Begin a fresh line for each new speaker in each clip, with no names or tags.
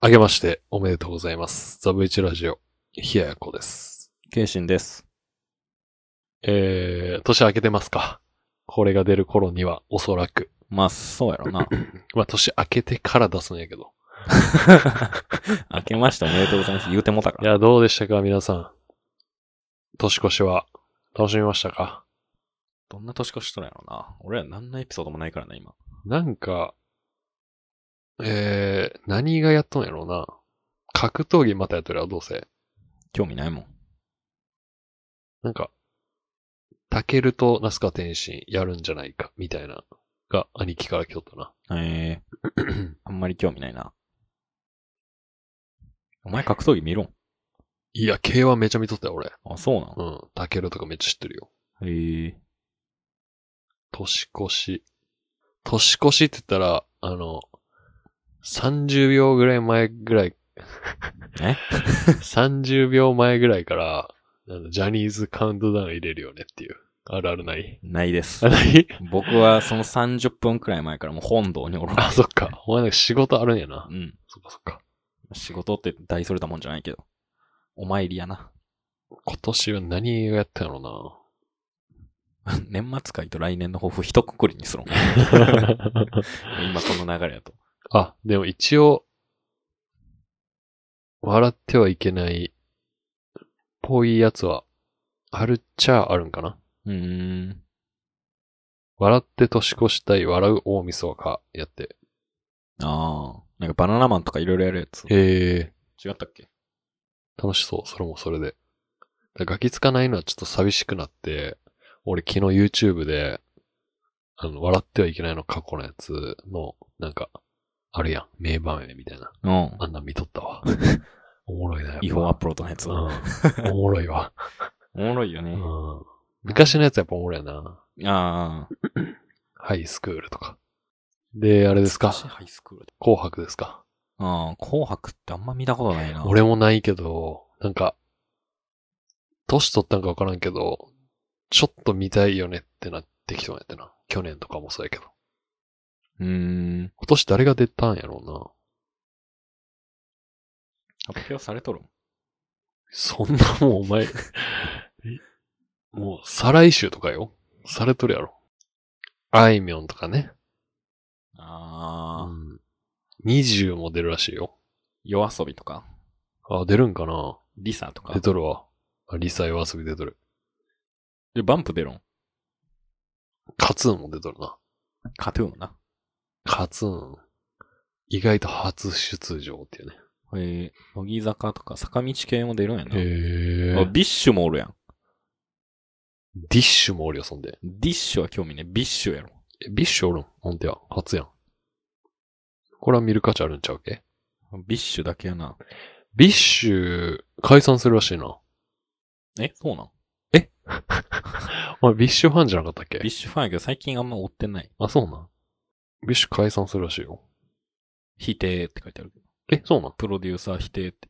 あげまして、おめでとうございます。ザブイチラジオ、ひややこです。
謙信です。
えー、年明けてますかこれが出る頃には、おそらく。
まあ、そうやろ な。
まあ、年明けてから出すんやけど。
明けましておめでとうございます。言うてもたか
い
ら。
や、どうでしたか、皆さん。年越しは、楽しみましたか
どんな年越しとるんやろな。俺ら何のエピソードもないからな、今。
なんか、えー、何がやっとんやろうな。格闘技またやっとるやろ、どうせ。
興味ないもん。
なんか、タケルとナスカ天心やるんじゃないか、みたいな、が兄貴から来とったな。
ええ ー。あんまり興味ないな。お前格闘技見ろん。
いや、K はめちゃ見とったよ、俺。
あ、そうな
う
の
ん。タケルとかめっちゃ知ってるよ。
へえ。
年越し。年越しって言ったら、あの、30秒ぐらい前ぐらい、
え
30秒前ぐらいから、あのジャニーズカウントダウン入れるよねっていう。あるあるない。
ないです
あ、。ない
僕はその30分くらい前からもう本堂におる。
あ、そっか。お前なんか仕事あるんやな
う。ん。
そっかそっか。
仕事って大それたもんじゃないけど。お参りやな。
今年は何をやったんやろな。
年末会と来年の抱負一括りにするん。 今この流れやと。
あ、でも一応、笑ってはいけない、ぽいやつは、あるっちゃあるんかな
うーん。
笑って年越したい、笑う大晦日やって。
ああ。なんかバナナマンとかいろいろやるやつ。
へえ、
違ったっけ
楽しそう、それもそれで。だガキつかないのはちょっと寂しくなって、俺昨日 YouTube で、あの、笑ってはいけないの過去のやつの、なんか、あるやん、名場面みたいな。
うん。
あんなん見とった わ。おもろいな、やっぱ
違法アップロードのやつ。お
うん。おもろいわ。
もろいよね。
うん昔のやつやっぱおもろいな。
ああ。
ハイスクールとか。で、あれですか
ハイスクールで。
紅白ですか
ああ、紅白ってあんま見たことないな。
俺もないけど、なんか、年取ったんかわからんけど、ちょっと見たいよねってなってきたんやってな。去年とかもそうやけど。
うーん。
今年誰が出たんやろうな。
発表されとる
そんなもんお前、 えもう再来週とかよ。されとるやろ。あいみょんとかね。う
ああ。
ん。20も出るらしいよ。
夜遊びとか、
あ、出るんかな
リサとか
出。とるわ。あリサ夜遊び出とる。
で、バンプ出るん。
カツーンも出とるな。
カトゥーンな。
カツーン。意外と初出場っていうね。
ええ乃木坂とか、坂道系も出るんやな。
へ
あビッシュもおるやん。
ディッシュもおるよ、そんで。
ディッシュは興味ね。ビッシュやろ。
えビッシュおるんほんとや。初やん。これは見る価値あるんちゃうっけ
ビッシュだけやな。
ビッシュ、解散するらしいな。
え、そうなん
お前、ビッシュファンじゃなかったっけ
ビッシュファンやけど最近あんま追ってない。
あ、そうなん。ビッシュ解散するらしいよ。
否定って書いてあるけど。
え、そうなん
プロデューサー否定って。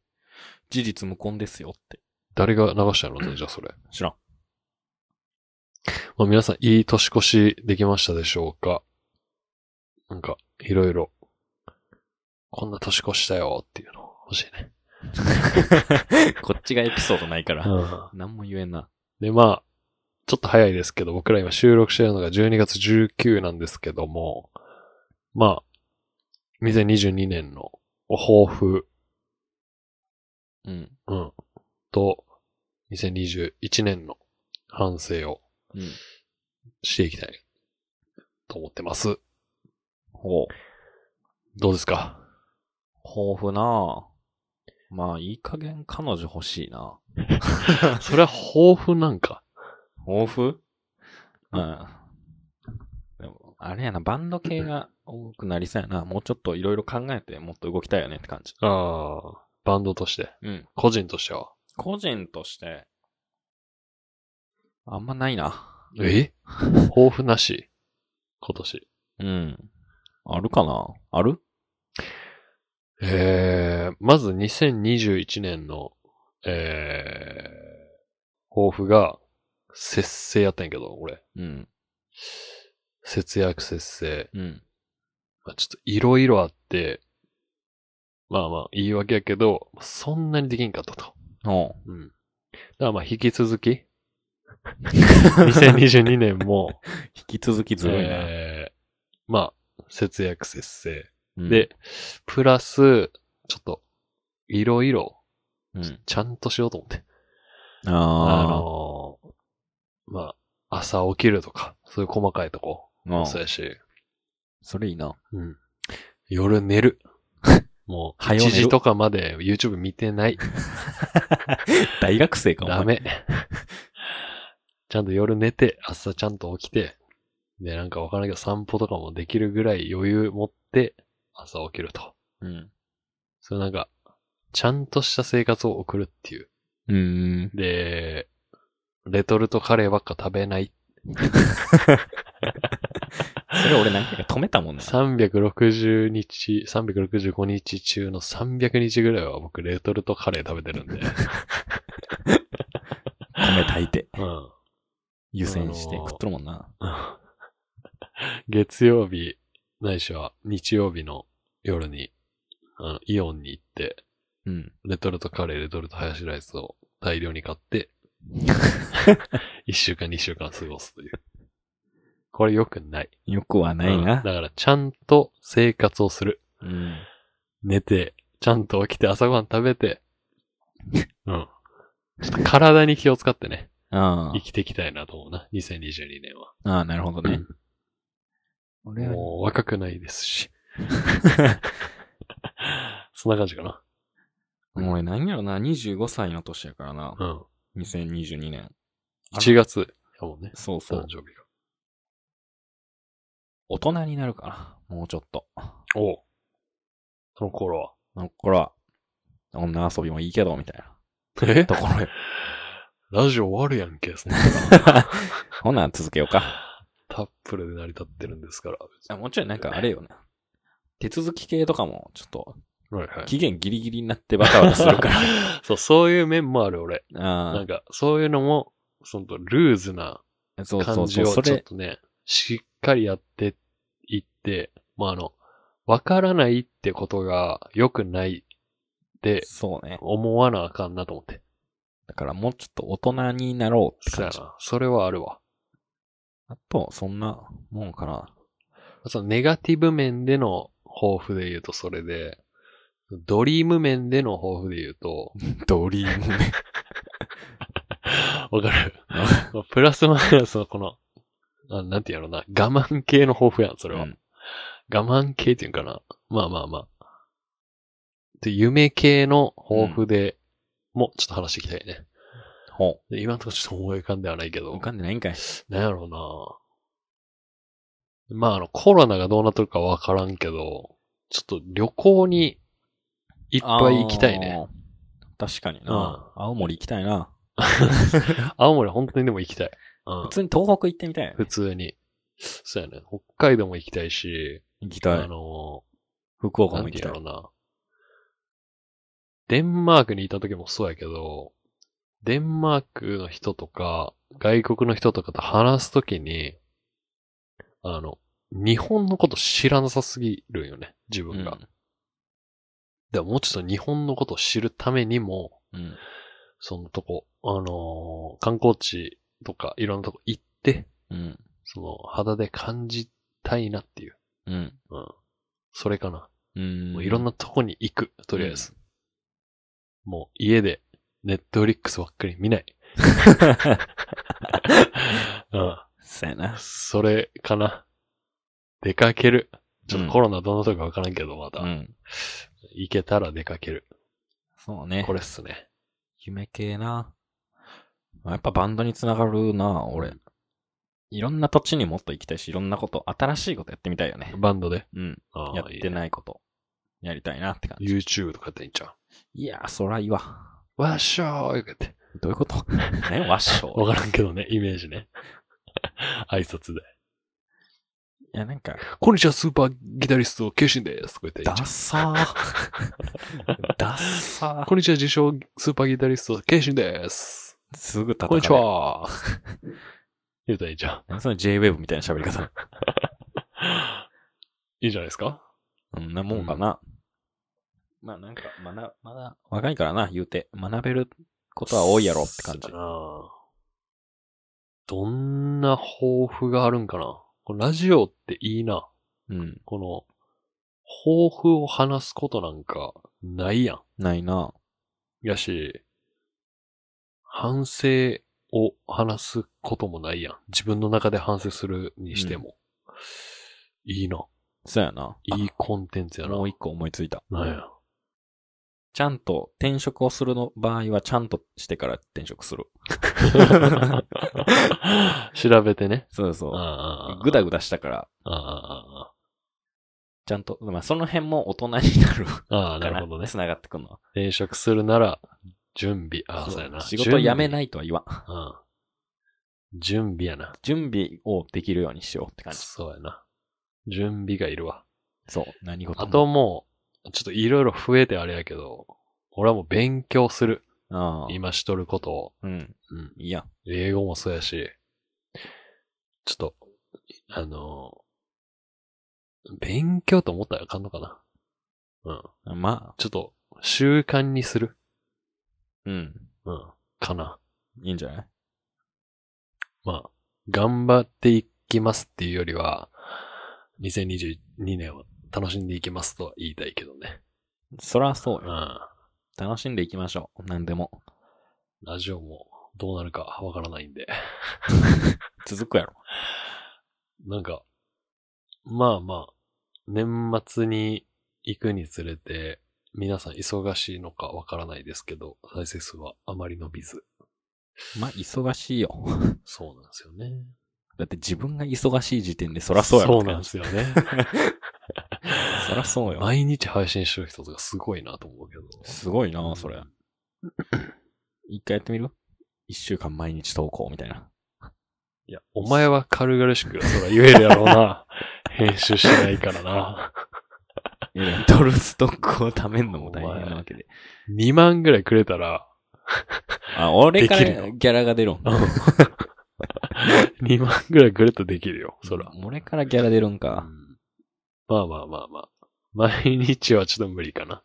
事実無根ですよって。
誰が流したのじゃあそれ。
知 らん。
まあ、皆さん、いい年越しできましたでしょうかなんか、いろいろ、こんな年越しだよっていうの欲しいね。
こっちがエピソードないから。 何も言えんな。
で、まあ、ちょっと早いですけど、僕ら今収録してるのが12月19なんですけども、まあ、2022年の抱負、
うん。
うん、と、2021年の反省を
うん。
していきたいと思ってます。
ほう。
どうですか
豊富なまあ、いい加減彼女欲しいな。
それは抱負なんか。
豊富うん。でも、あれやな、バンド系が多くなりそうやな。もうちょっといろいろ考えてもっと動きたいよねって感じ。
ああ、バンドとして。
うん。
個人としては。
個人として、あんまないな。
え豊富なし今年。
うん。あるかなある
えー、まず2021年の、えー、抱負が、節制やったんやけど、俺。
うん。
節約節制。
うん。
まあ、ちょっといろいろあって、まあまあ、言い訳やけど、そんなにできんかったと。
おう
うん。だからまあ、引き続き、2022年も、
引き続きずるいな。
えーまあ、節約節制。
うん、
で、プラス、ちょっと、いろいろ、
うん、
ちゃんとしようと思って。あ
あ
のーまあ、朝起きるとか、そういう細かいとこ、
あの
そうやし、
それいいな。
うん。夜寝る。もう、
は
1
よ寝る
時とかまで YouTube 見てない。
大学生か、お前
ダ。メ。 ちゃんと夜寝て、朝ちゃんと起きて、で、なんかわからんけど散歩とかもできるぐらい余裕持って、朝起きると。
うん。
そうなんか、ちゃんとした生活を送るっていう。
うーん。
で、レトルトカレーばっか食べない。
それ俺何回か止めたもんな。
360日、365日中の300日ぐらいは僕レトルトカレー食べてる んで。
止めたいて。
うん。
優先して
あのー
食っとるもんな。
月曜日、ないしは日曜日の夜に、あの、イオンに行って、
うん。
レトルトカレー、レトルトハヤシライスを大量に買 って、1週間、2週間過ごすという。これ良くない。
よくはない
うんだ
な。
から、ちゃんと生活をする。
うん。
寝て、ちゃんと起きて朝ごはん食べて、うん。ちょっと体に気を使ってね、
あ
生きていきたいなと思うな、2022年は。
あ、ああなるほどね。俺は、
もう若くないです し。そんな感じかな。
俺何やろな、25歳の年やからな。
うん。
2022年。あら
1月やもんね。
そうそ
誕
う。
生日が。
大人になるから。もうちょっと。
おうその頃は。
この頃は、女遊びもいいけど、みたい
え
なとこ ろよ。
ラジオ終わるやんけ、そん な
ほな、続けようか。
タップルで成り立ってるんですから。
あもうちろんなんかあれよね。手続き系とかも、ちょっと、
はいはい。
期限ギリギリになってバタバタする から。
そう、そういう面もある、俺。な
あ
んか、そういうのも、その、ルーズな
あ、そうそ
感
う
じを
そう。
ちょっ
それ、
とね、しっかりやっていって、まあ、あの、わからないってことが良くないって
そうね。
思わなあかんなと思って。
だからもうちょっと大人になろうって
そう
感
や
じ。
な。それはあるわ。
あと、そんなもんかな。
そのネガティブ面での抱負で言うとそれで、ドリーム面での抱負で言うと、
ドリームね。
わかるプラスマイナスのこの、あなんて言うやろな、我慢系の抱負やん、それは。
うん
我慢系っていうんかな。まあまあまあ。で、夢系の抱負で、もちょっと話していきたいね。
ほ
で今のところちょっと思い浮かんではないけ
う。
ど
浮、かんでないんかい。
なんやろうな。まああの、コロナがどうなっとるかわからんけど、ちょっと旅行にいっぱい行きたいね。
あー。確かにな。青森行きたいな。
青森本当にでも行きたい。うん
普、通に東北行ってみたいよね。
普通に。そうやね。北海道も行きたいし、
行きた
あ
い。
の
福
ー、
岡
な
も
ん
行
て
き
言
た
う
い
の。な。デンマークにいた時もそうやけど、デンマークの人とか、外国の人とかと話すときに、あの、日本のこと知らなさすぎるんよね、自分が。でももうちょっと日本のことを知るためにも、
うんうん。
そのとこ、あのー観光地とかいろんなとこ行って、
うん。
その肌で感じたいなっていう。
うん。
うん。それかな。
うん。
もういろんなとこに行く、とりあえず。もう家で、ネットフリックスばっかり見 ない。うん。
そうやな。
それかな。出かける。ちょっとコロナどんなとこかわからんけど、また、
うん。
行けたら出かける。
そうね
こ。れっすね。
夢系な。まあやっぱバンドにつながるな、俺。いろんな土地にもっと行きたいし、いろんなこと、新しいことやってみたいよね。
バンドで。
うん。
あー
やってないこと、やりたいなって感
い
じ。
いね YouTube とかやってんちゃ
いやー、そらいいわ。
う。わっしょーよかって。
どういうこと 何わっしょ
わからんけどね、イメージね。挨拶で。
いや、なんか、
こんにちは、スーパーギタリスト、ケイシンです。とか言ってんちゃ
ダ
う
ッサー。ダッサー。
こんにちは、自称スーパーギタリスト、ケイシンです。
すぐ叩か
こん
れ
にち
る。
は。言うたらいいじゃん。
何その J-Wave みたいな喋り方。
いいじゃないですか
そんなもんかな。まあなんか、まだ、まだ若いからな、言うて。学べることは多いやろって感じ
そう。だなどんな抱負があるんかなこのラジオっていいな。
うん。
この、抱負を話すことなんかないやん。
ないな。
やし、反省を話すこともないやん。自分の中で反省するにしても。いいな。
そうやな。
いいコンテンツや
あ
な
も。う一個思いついた。
なんや。
ちゃんと転職をするの場合は、ちゃんとしてから転職する。
調べてね。
そうそう。
ああ
ぐだぐだしたから、
ああ
ちゃんと、まあその辺も大人になるか
ああああ、
ら、
なるほどね。
繋がってくるのは。
転職するなら、準備。ああ、そうやな。。
仕事を辞めないいとは言わん。
うん。準備やな。
準備をできるようにしようって感じ。
そうやな。準備がいるわ。
そう。何事
あ
も。
ともう、ちょっといろいろ増えてあれやけど、俺はもう勉強する。
ああ、
今しとることを。
うん。
うん。
いいや。
英語もそうやし、ちょっと、あの、勉強と思ったらあかんのかな。うん。
まあ、
ちょっと、習慣にする。
うん。
うん。かな。
いいんじゃない
まあ、頑張っていきますっていうよりは、2022年を楽しんでいきますとは言いたいけどね。
そらそう
う
よ。
ん。
楽しんでいきましょう。何でも。
ラジオもどうなるかわからないんで。
続くやろ。
なんか、まあまあ、年末に行くにつれて、皆さん忙しいのかわからないですけど、再生数はあまり伸びず。
まあ、忙しいよ。
そうなんですよね。
だって自分が忙しい時点でそらそうや
そ
ろ。
うなんですよね。
そらそうよ。
毎日配信してる人とかすごいなと思う けど。
すごいな、
うん
それ。一回やってみる一週間毎日投稿みたいな。
いや、お前は軽々しく、そら言えるやろうな。 編集しないからな。
いや取るストックを貯めんのも大変なわけで。
2万ぐらいくれたら、
あ、俺から
できる
ギャラが出るん。
2万ぐらいくれたらできるよ、そら。
俺からギャラ出るん
う
か。
んまあまあまあまあ。毎日はちょっと無理かな。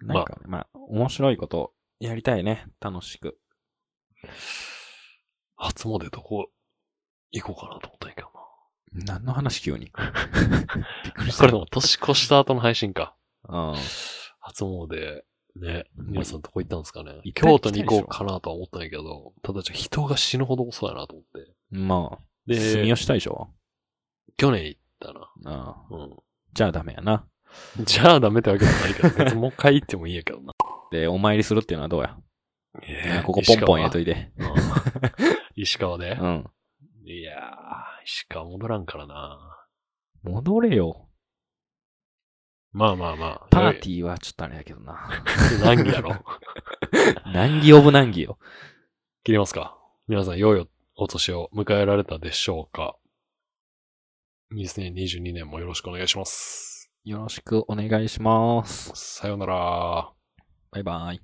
まあ
なんか、まあ、面白いことをやりたいね。楽しく。
初詣どこ行こうかなと思ったんやけど
何の話 急に。びっくり
な。
した。
これでも年越した後の配信か。
うん。
初詣、ね、皆さんどこ行ったんですかね。
行った
京都に行こうかなとは思ったんやけど、ただちょっと人が死ぬほど遅いなと思って。
まあ、住
で、
吉大社
去年行ったな。
ああ
う
じゃあダメやな。
ん。じゃあダメってわけじゃないけど、別にもう一回行ってもいいやけど な。
で、お参りするっていうのはどうや、
え
ここポンポン入れと
い
いて。
石川で
う、ん。
いやー、石川戻らんからな。
戻れよ。
まあまあまあ。
パーティーはちょっとあれやけどな。
難儀やろ。
難儀オブ難儀よ。
切りますか。皆さん、良いお年を迎えられたでしょうか。2022年もよろしくお願いします。
よろしくお願いします。
さようなら。
バイバイ。